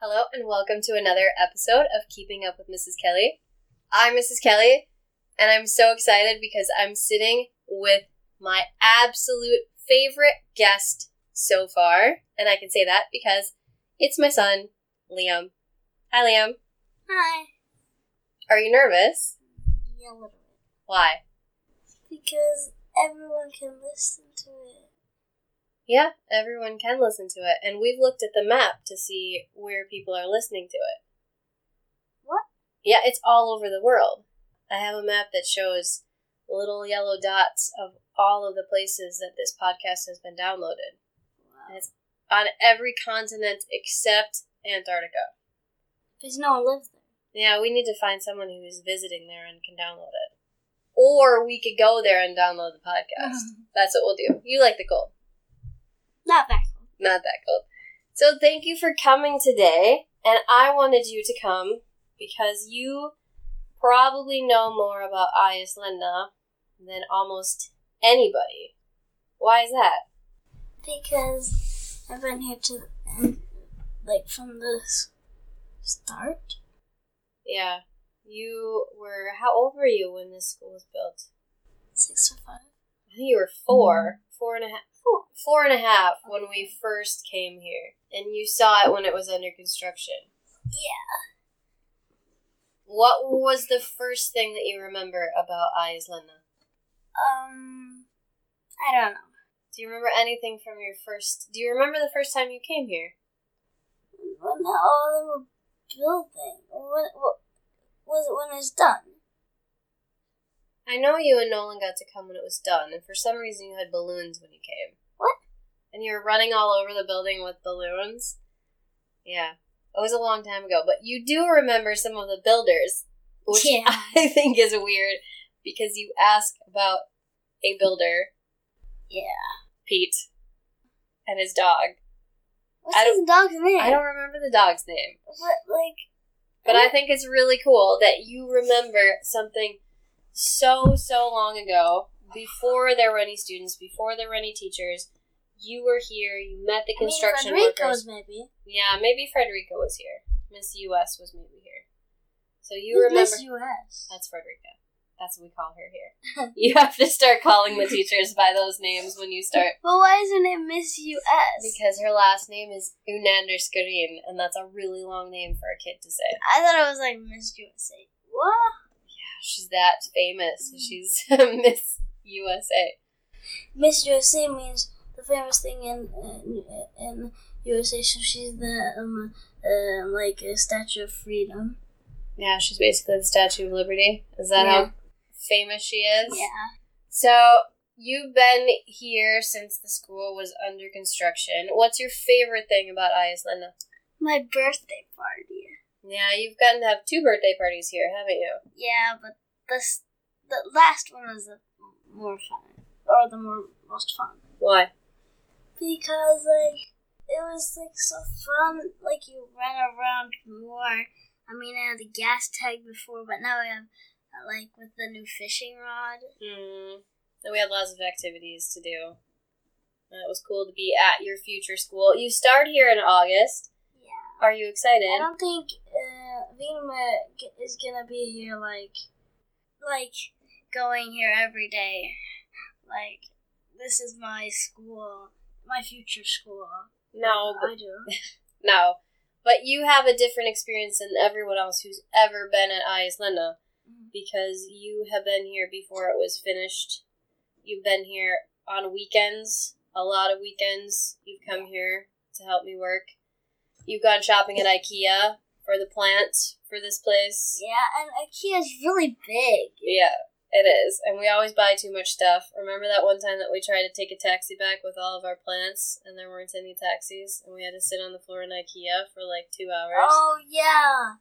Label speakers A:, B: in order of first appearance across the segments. A: Hello, and welcome to another episode of Keeping Up with Mrs. Kelly. I'm Mrs. Kelly, and I'm so excited because I'm sitting with my absolute favorite guest so far. And I can say that because it's my son, Liam. Hi, Liam.
B: Hi.
A: Are you nervous?
B: Yeah, a little bit.
A: Why?
B: Because everyone can listen to it.
A: Yeah, everyone can listen to it. And we've looked at the map to see where people are listening to it.
B: What?
A: Yeah, it's all over the world. I have a map that shows little yellow dots of all of the places that this podcast has been downloaded
B: Wow.
A: Yes. on every continent except Antarctica.
B: Because no one lives there.
A: Yeah, we need to find someone who's visiting there and can download it. Or we could go there and download the podcast. That's what we'll do. You like the cold.
B: Not that cold.
A: not that cold. So thank you for coming today, and I wanted you to come because you probably know more about Icelandia than almost anybody. Why is that?
B: Because I've been here to the end, like from the s- start.
A: Yeah, you were. How old were you when this school was built?
B: Six or five.
A: I think you were four, four and a half.
B: Four.
A: Four and a half when we first came here, and you saw it when it was under construction.
B: Yeah.
A: What was the first thing that you remember about Icelandia?
B: Um, I don't know.
A: Do you remember anything from your first? Do you remember the first time you came here?
B: When all they were building, when, what, was it when it was done?
A: I know you and Nolan got to come when it was done, and for some reason you had balloons when you came.
B: What?
A: And you were running all over the building with balloons. Yeah, it was a long time ago, but you do remember some of the builders, which
B: Yeah.
A: I think is weird because you ask about a builder,
B: Yeah.
A: Pete, and his dog.
B: What's
A: I don't-
B: his dog's name?
A: I don't remember the dog's name.
B: But like,
A: But I think it's really cool that you remember something so, so long ago, before there were any students, before there were any teachers. You were here, you met the
B: I mean,
A: construction workers.
B: Frederico's maybe.
A: Yeah, maybe Frederica was here. Miss US was maybe here. So you
B: Who's
A: remember.
B: Miss U.S.
A: That's Frederica. That's what we call her here. you have to start calling the teachers by those names when you start.
B: But why isn't it Miss U.S.?
A: Because her last name is Unanderskarin, and that's a really long name for a kid to say.
B: I thought it was like Miss USA. What?
A: she's that famous.
B: Mhm.
A: She's Miss USA.
B: Miss USA means the famous thing in in, in USA. So she's the um uh, like a Statue of Freedom.
A: Yeah, she's basically the Statue of Liberty. Is that how famous she is?
B: Yeah.
A: So you've been here since the school was under construction. What's your favorite thing about Iceland?
B: My birthday party.
A: Yeah, you've gotten to have two birthday parties here, haven't you?
B: Yeah, but this the last one was the more fun, or the more most fun.
A: Why?
B: because like it was like so fun. Like you run around more. I mean, I had the gas tag before, but now I have uh, like with the new fishing rod.
A: Mm. We had lots of activities to do. And It was cool to be at your future school. You start here in August.
B: Yeah.
A: Are you excited?
B: I don't think uh, Vilma g- is gonna be here like like going here every day. Like this is my school, my future school.
A: no, but
B: I do.
A: No. But you have a different experience than everyone else who's ever been at Islanda because you have been here before it was finished. You've been here on weekends, a lot of weekends. You've come here to help me work. You've gone shopping at IKEA for the plant for this place.
B: yeah, and IKEA is really big.
A: Yeah, it is. And we always buy too much stuff. Remember that one time that we tried to take a taxi back with all of our plants and there weren't any taxis and we had to sit on the floor in IKEA for like two hours?
B: Oh yeah,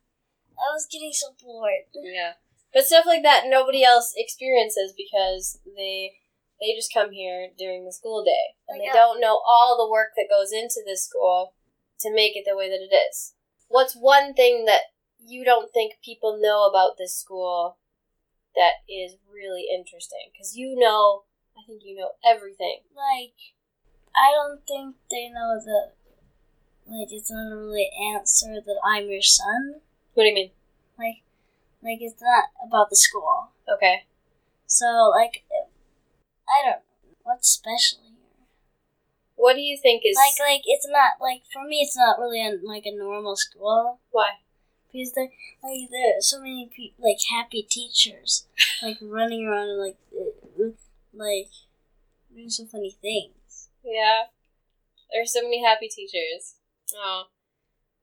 B: I was getting so bored.
A: Yeah. But stuff like that nobody else experiences because they they just come here during the school day and they
B: Yeah.
A: don't know all the work that goes into this school to make it the way that it is. What's one thing that you don't think people know about this school that is really interesting cuz you know I think you know everything.
B: Like, I don't think they know the like it doesn't really answer that I'm your son.
A: What do you mean?
B: Like, like it's not about the school.
A: Okay.
B: So like, I don't know what's special here.
A: What do you think is
B: Like, like it's not like for me, it's not really a, like a normal school
A: why?
B: because there like there are so many peop like happy teachers like running around and like uh, like doing so funny things.
A: Yeah. There's so many happy teachers. Oh.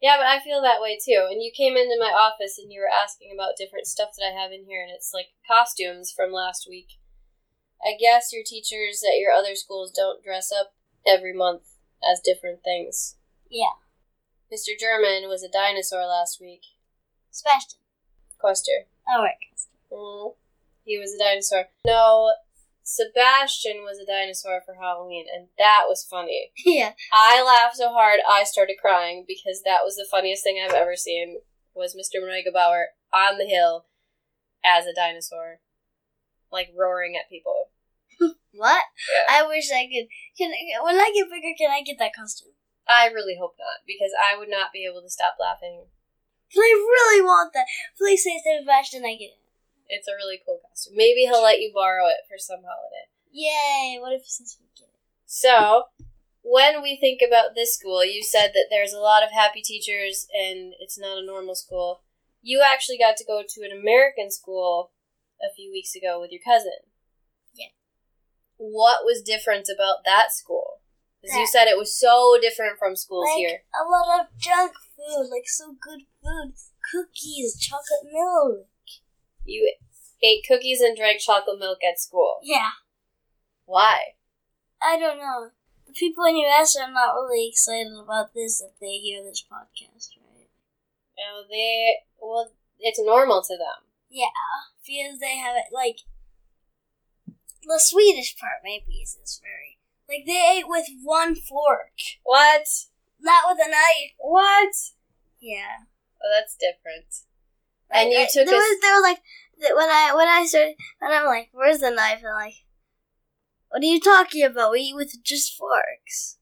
A: Yeah, but I feel that way too. And you came into my office and you were asking about different stuff that I have in here, and it's like costumes from last week. I guess your teachers at your other schools don't dress up every month as different things.
B: Yeah,
A: Mr. German was a dinosaur last week.
B: Sebastian.
A: Quester.
B: All right.
A: Mm. He was a dinosaur. No, Sebastian was a dinosaur for Halloween, and that was funny.
B: Yeah.
A: I laughed so hard I started crying because that was the funniest thing I've ever seen was Mr. Bauer on the hill as a dinosaur. Like roaring at people.
B: What?
A: Yeah.
B: I wish I could. Can when I get bigger, can I get that costume?
A: I really hope not, because I would not be able to stop laughing.
B: I really want that. Please say Sebastian, I get it.
A: It's a really cool costume. Maybe he'll let you borrow it for some holiday.
B: Yay! What if he says we get it?
A: So, when we think about this school, you said that there's a lot of happy teachers and it's not a normal school. You actually got to go to an American school a few weeks ago with your cousin.
B: Yeah.
A: What was different about that school? Because you
B: That-
A: said it was so different from schools
B: Like
A: here.
B: a lot of junk food, like so good food, cookies, chocolate milk.
A: You ate cookies and drank chocolate milk at school.
B: Yeah.
A: Why?
B: I don't know. The people in US are not really excited about this if they hear this podcast, right?
A: Now they well, it's normal to them.
B: Yeah, because they have it like the Swedish part maybe is this very like they ate with one fork,
A: What?
B: not with a knife.
A: What?
B: Yeah,
A: Oh, that's different. And
B: Like,
A: you
B: I-
A: took
B: there
A: a-
B: was there was like th- when I when I started and I'm like, where's the knife? And like, what are you talking about? We eat with just forks.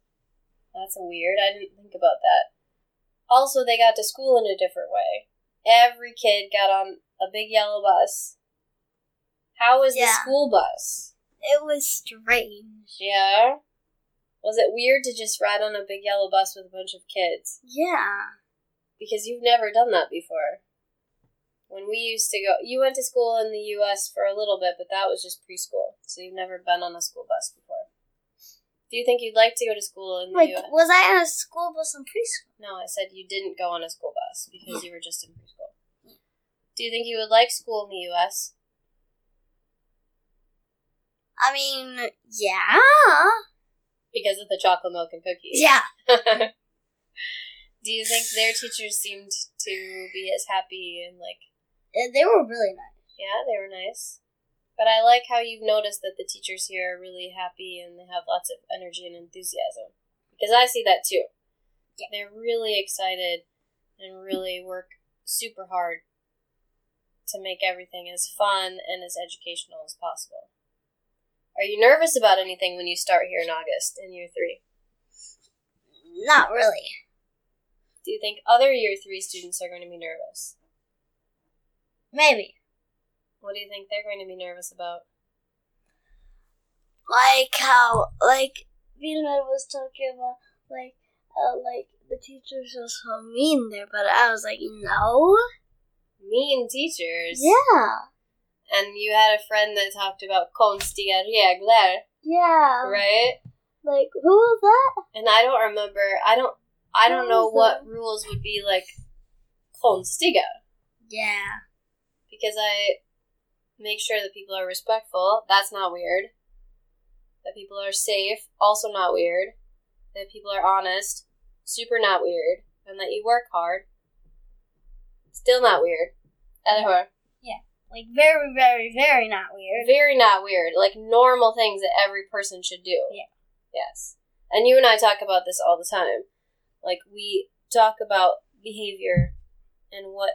A: That's weird. I didn't think about that. Also, they got to school in a different way. Every kid got on a big yellow bus. How was the
B: Yeah.
A: school bus?
B: It was strange.
A: Yeah. Was it weird to just ride on a big yellow bus with a bunch of kids?
B: Yeah,
A: Because you've never done that before. When we used to go, you went to school in the US for a little bit, but that was just preschool. So you've never been on a school bus before. Do you think you'd like to go to school in the
B: like
A: US?
B: was I on a school bus in preschool?
A: No, I said you didn't go on a school bus because you were just in preschool. Do you think you would like school in the U.S.?
B: I mean, yeah.
A: Because of the chocolate milk and cookies.
B: Yeah.
A: Yeah. Do you think their teachers seemed to be as happy and like,
B: Uh, They were really nice.
A: yeah, they were nice? But I like how you've noticed that the teachers here are really happy and they have lots of energy and enthusiasm. Because I see that too.
B: Yeah.
A: They're really excited and really work super hard to make everything as fun and as educational as possible. Are you nervous about anything when you start here in August in year three?
B: Not really.
A: Do you think other year three students are going to be nervous?
B: Maybe.
A: What do you think they're going to be nervous about?
B: Like how, like, Vilma was talking about, like, uh, like, the teachers were so mean there, but I was like, no.
A: Mean teachers.
B: Yeah.
A: And you had a friend that talked about konstiga regler,
B: Yeah.
A: right?
B: Like, who was that?
A: And I don't remember. I don't. I don't
B: What
A: know
B: was
A: what
B: that?
A: rules would be like konstiga.
B: Yeah.
A: because I make sure that people are respectful. That's not weird. That people are safe, also not weird. That people are honest, super not weird. And that you work hard, still not weird. Anyway,
B: Like, very, very, very not weird.
A: very not weird. Like normal things that every person should do.
B: Yeah.
A: Yes. And you and I talk about this all the time. Like we talk about behavior and what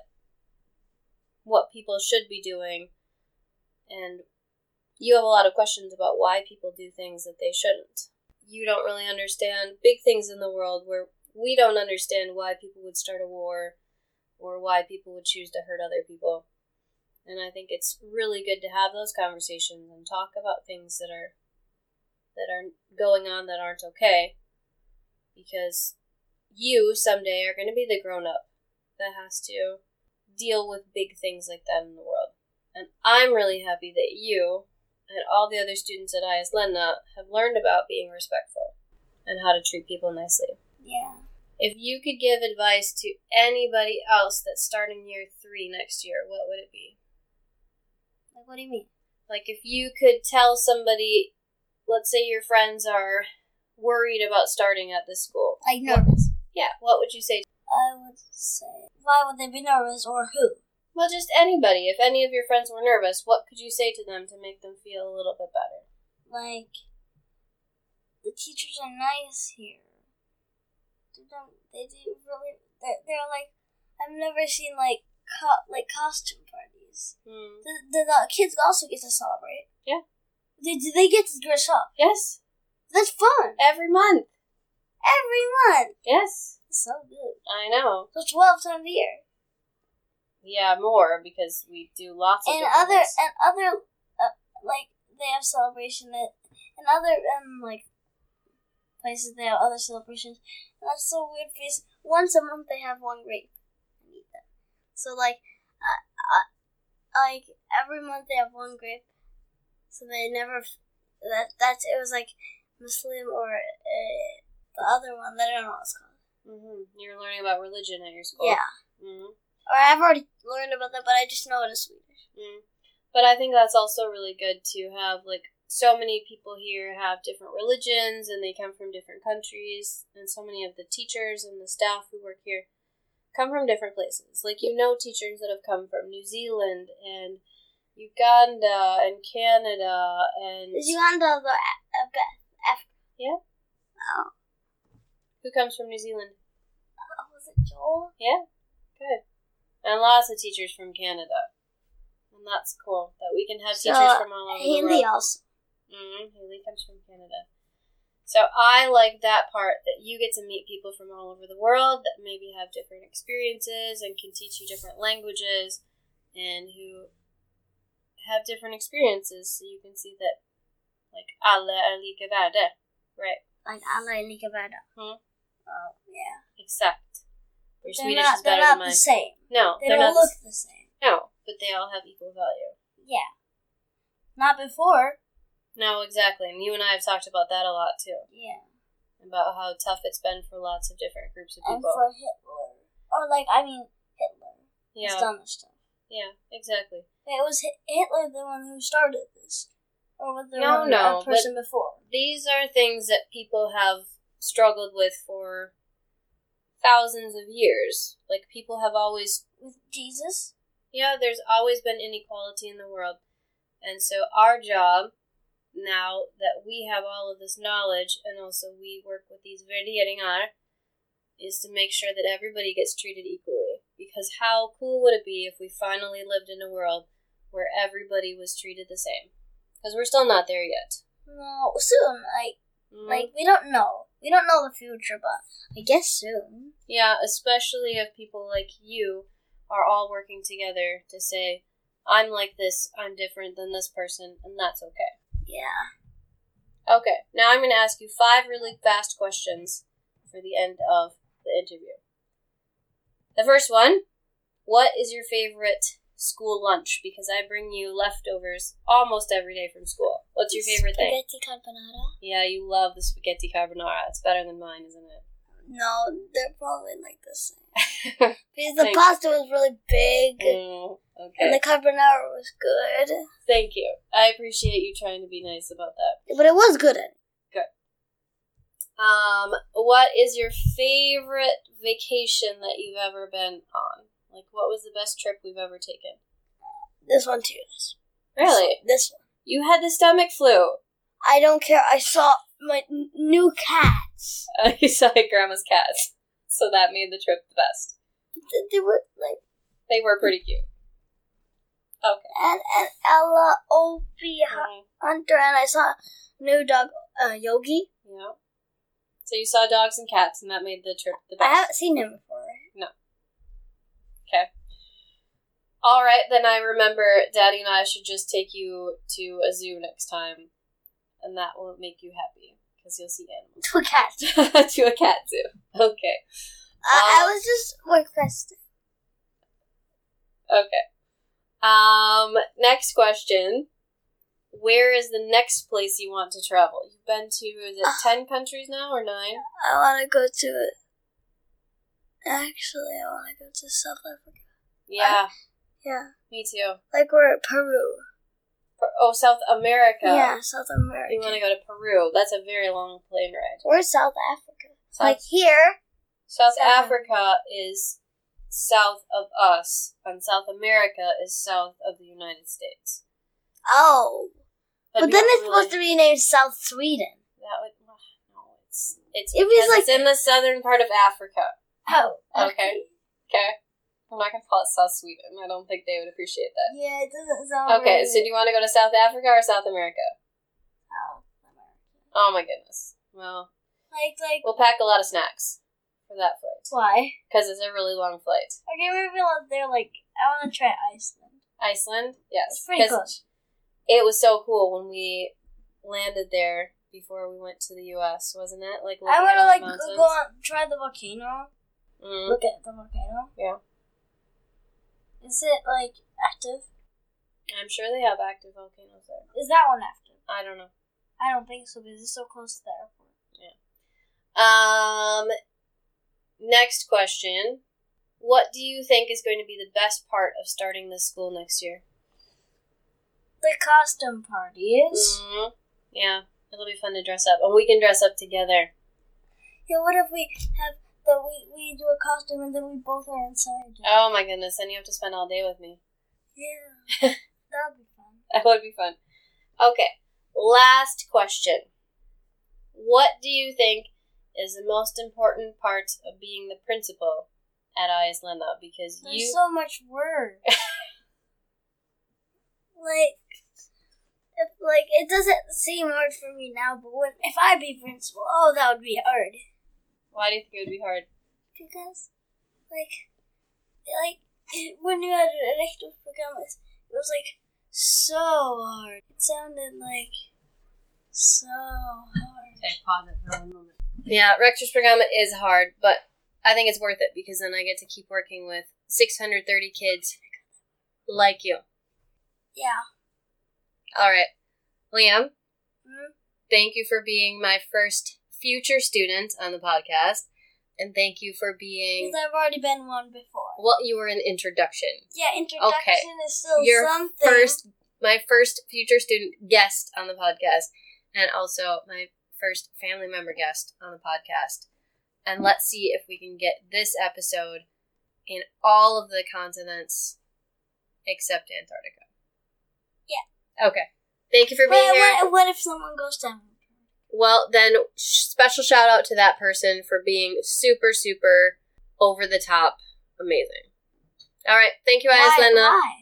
A: what people should be doing and you have a lot of questions about why people do things that they shouldn't. You don't really understand big things in the world where we don't understand why people would start a war or why people would choose to hurt other people. And I think it's really good to have those conversations and talk about things that are that are going on that aren't okay because you someday are going to be the grown up that has to deal with big things like that in the world. And I'm really happy that you and all the other students at IS Lenna E have learned about being respectful and how to treat people nicely.
B: Yeah.
A: If you could give advice to anybody else that's starting year three next year, what would it be?
B: Like, what do you mean?
A: Like, if you could tell somebody, let's say your friends are worried about starting at this school,
B: Like, nervous.
A: yeah, what would you say?
B: I would say, why would they be nervous or who?
A: Well, just anybody. If any of your friends were nervous, what could you say to them to make them feel a little bit better?
B: Like, the teachers are nice here. They don't, they do really, they're, they're like, I've never seen, like, co- like costume parties.
A: Hmm.
B: The, the, the kids also get to celebrate.
A: Yeah.
B: They, they get to dress up.
A: Yes,
B: That's fun.
A: every month.
B: Every month.
A: Yes,
B: It's so good.
A: I know.
B: So 12 times a year.
A: Yeah, more because we do lots of
B: and
A: different
B: other
A: things.
B: and other uh, like they have celebration that and other um like places they have other celebrations. And that's so weird because once a month they have one grape. So like, I, I, like every month they have one grape. So they never f- that that's it was like Muslim or uh, the other one that I don't know what it's called.
A: hmm You're learning about religion at your school.
B: Yeah,
A: hmm
B: or I've already learned about that, but I just know it is Swedish.
A: Mm. But I think that's also really good to have like so many people here have different religions and they come from different countries and so many of the teachers and the staff who work here come from different places. Like you know teachers that have come from New Zealand and Uganda and Canada and
B: Is Uganda the uh, best?
A: who comes from New Zealand?
B: Oh, was it Joel?
A: Yeah. Good. And lots of teachers from Canada. And that's cool that we can have
B: So,
A: teachers from all over the world.
B: Haley also.
A: Mm, Haley comes from Canada. So I like that part that you get to meet people from all over the world that maybe have different experiences and can teach you different languages and who have different experiences. So you can see that, like, alla alika värde. Right.
B: Like Anna and Nikabada.
A: Hmm.
B: Oh, yeah.
A: Except your
B: They're
A: Swedish
B: not,
A: is
B: they're
A: better
B: not
A: than
B: the
A: mine.
B: same.
A: No,
B: They
A: they're
B: don't
A: not.
B: look
A: the s-
B: the same.
A: no, but they all have equal value.
B: Yeah. Not before.
A: No, exactly. And you and I have talked about that a lot too.
B: Yeah.
A: About how tough it's been for lots of different groups of
B: And
A: people.
B: for Hitler. Or, like, I mean, Hitler.
A: yeah.
B: Has done this stuff.
A: Yeah, exactly.
B: It was Hi- Hitler the one who started this. Or was there
A: No,
B: one,
A: no,
B: a person before?
A: These are things that people have struggled with for thousands of years. Like, people have always,
B: With Jesus?
A: yeah, there's always been inequality in the world. And so, our job now that we have all of this knowledge and also we work with these värderingar is to make sure that everybody gets treated equally. Because, how cool would it be if we finally lived in a world where everybody was treated the same? Because we're still not there yet.
B: No, soon. Like,
A: Mm.
B: like we don't know. We don't know the future, but I guess soon.
A: yeah, especially if people like you are all working together to say, I'm like this, I'm different than this person, and that's okay.
B: Yeah.
A: Okay, now I'm going to ask you five really fast questions for the end of the interview. The first one What is your favorite school lunch? Because I bring you leftovers almost every day from school. What's your favorite thing?
B: Spaghetti carbonara.
A: Yeah, you love the spaghetti carbonara. It's better than mine, isn't it?
B: No, they're probably like the same. because the
A: Thank-
B: pasta was really big
A: Mm, okay.
B: and the carbonara was good.
A: Thank you. I appreciate you trying to be nice about that.
B: But it was good. at-
A: Um, what is your favorite vacation that you've ever been on? Like, what was the best trip we've ever taken?
B: This one too. This-
A: Really?
B: This one.
A: You had the stomach flu.
B: I don't care. I saw my n- new cats.
A: Uh, you saw grandma's cats, so that made the trip the best.
B: Th- They were like,
A: They were pretty cute. Okay.
B: and, and Ella, Opie, Hu-
A: Mhm.
B: Hunter, and I saw new dog, uh, Yogi.
A: Yeah. So you saw dogs and cats, and that made the trip the
B: I
A: best.
B: haven't seen him before.
A: All right, then I remember Daddy and I should just take you to a zoo next time, and that will make you happy because you'll see
B: To a cat.
A: animals. to a cat zoo. Okay.
B: I, I
A: Um,
B: was just requesting.
A: Okay. Um, next question. Where is the next place you want to travel? You've been to, is it 10 countries now or 9?
B: I want to go to it. Actually, I want to go to South Africa.
A: Yeah,
B: Yeah,
A: me too.
B: like we're at Peru.
A: Per- Oh, South America.
B: Yeah, South America.
A: You want to go to Peru. That's a very long plane ride.
B: We're South Africa.
A: South,
B: Like here.
A: South
B: South-
A: Africa is south of us, and South America is south of the United States.
B: Oh, but,
A: we
B: then
A: don't
B: it's supposed
A: really-
B: to be named South Sweden.
A: That would, no, it's, it's,
B: It was
A: because
B: like-
A: it's in the southern part of Africa.
B: Oh,
A: Okay. Okay. I'm not gonna call it South Sweden. I don't think they would appreciate that.
B: Yeah, it doesn't sound.
A: Okay,
B: right.
A: so do you want to go to South Africa or South America?
B: Oh.
A: Oh my goodness. Well,
B: like like
A: we'll pack a lot of snacks for that flight
B: why?
A: because it's a really long flight.
B: Okay, we're going there. Like I want to try Iceland.
A: Iceland, yes,
B: It's pretty
A: 'cause
B: close.
A: It was so cool when we landed there before we went to the U.S. Wasn't it like?
B: I
A: looking at
B: want to
A: the
B: like
A: mountains?
B: go on, try the volcano.
A: Mm.
B: Look at the volcano.
A: Yeah.
B: Is it like active?
A: I'm sure they have active volcanoes there.
B: Is that one active?
A: I don't know.
B: I don't think so because it's so close to the airport.
A: Um, next question. What do you think is going to be the best part of starting this school next year?
B: The costume parties.
A: Mhm. Yeah, it'll be fun to dress up. And we can dress up together.
B: Yeah. What if we have the we we do a costume and then we both are inside?
A: Oh my goodness, then you have to spend all day with me.
B: Yeah. That'd be fun.
A: That would be fun. Okay, last question. What do you think is the most important part of being the principal at IS Linda? Because
B: There's
A: you.
B: so much work. like, if, like it doesn't seem hard for me now, but when, if I be principal, oh, that would be hard.
A: why do you think it would be hard?
B: because like like it, when you had an active program it it was like so hard it sounded like so hard
A: Okay, pause it for one moment. Yeah, Rector's Programma is hard, but I think it's worth it because then I get to keep working with 630 kids like you.
B: yeah
A: All right. Liam, Hmm?
B: mm
A: thank you for being my first future student on the podcast. And thank you for being.
B: because i've already been one before
A: Well, you were an introduction.
B: yeah introduction is still
A: Your
B: something
A: First, my first future student guest on the podcast, and also my first family member guest on the podcast. And let's see if we can get this episode in all of the continents except Antarctica. Yeah. Okay. Thank you for being
B: Wait,
A: here.
B: what, what if someone goes down
A: Well, then, sh- special shout out to that person for being super, super over the top amazing. All right. Thank you,
B: why,
A: Islanda.
B: why?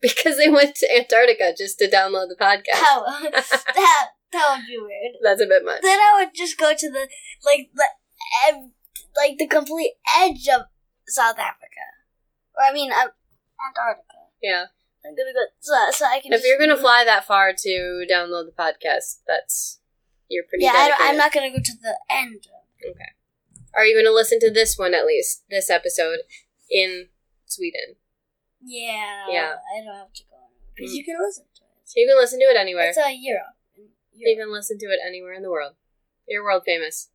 A: Because they went to Antarctica just to download the podcast.
B: Oh, that, that would be weird
A: That's a bit much.
B: then I would just go to the like the ev- like the complete edge of South Africa, or I mean um, Antarctica.
A: Yeah.
B: I'm gonna go so, so I can.
A: If
B: just-
A: you're going to fly that far to download the podcast, that's. You're pretty
B: yeah, I
A: dedicated.
B: don't- I'm not gonna go to the end.
A: Are you going to listen to this one at least, this episode, in Sweden?
B: Yeah,
A: Yeah.
B: I don't have to go because
A: Mm.
B: you can listen to it.
A: So you can listen to it anywhere.
B: It's a Europe.
A: You
B: Europe.
A: can listen to it anywhere in the world. You're world famous.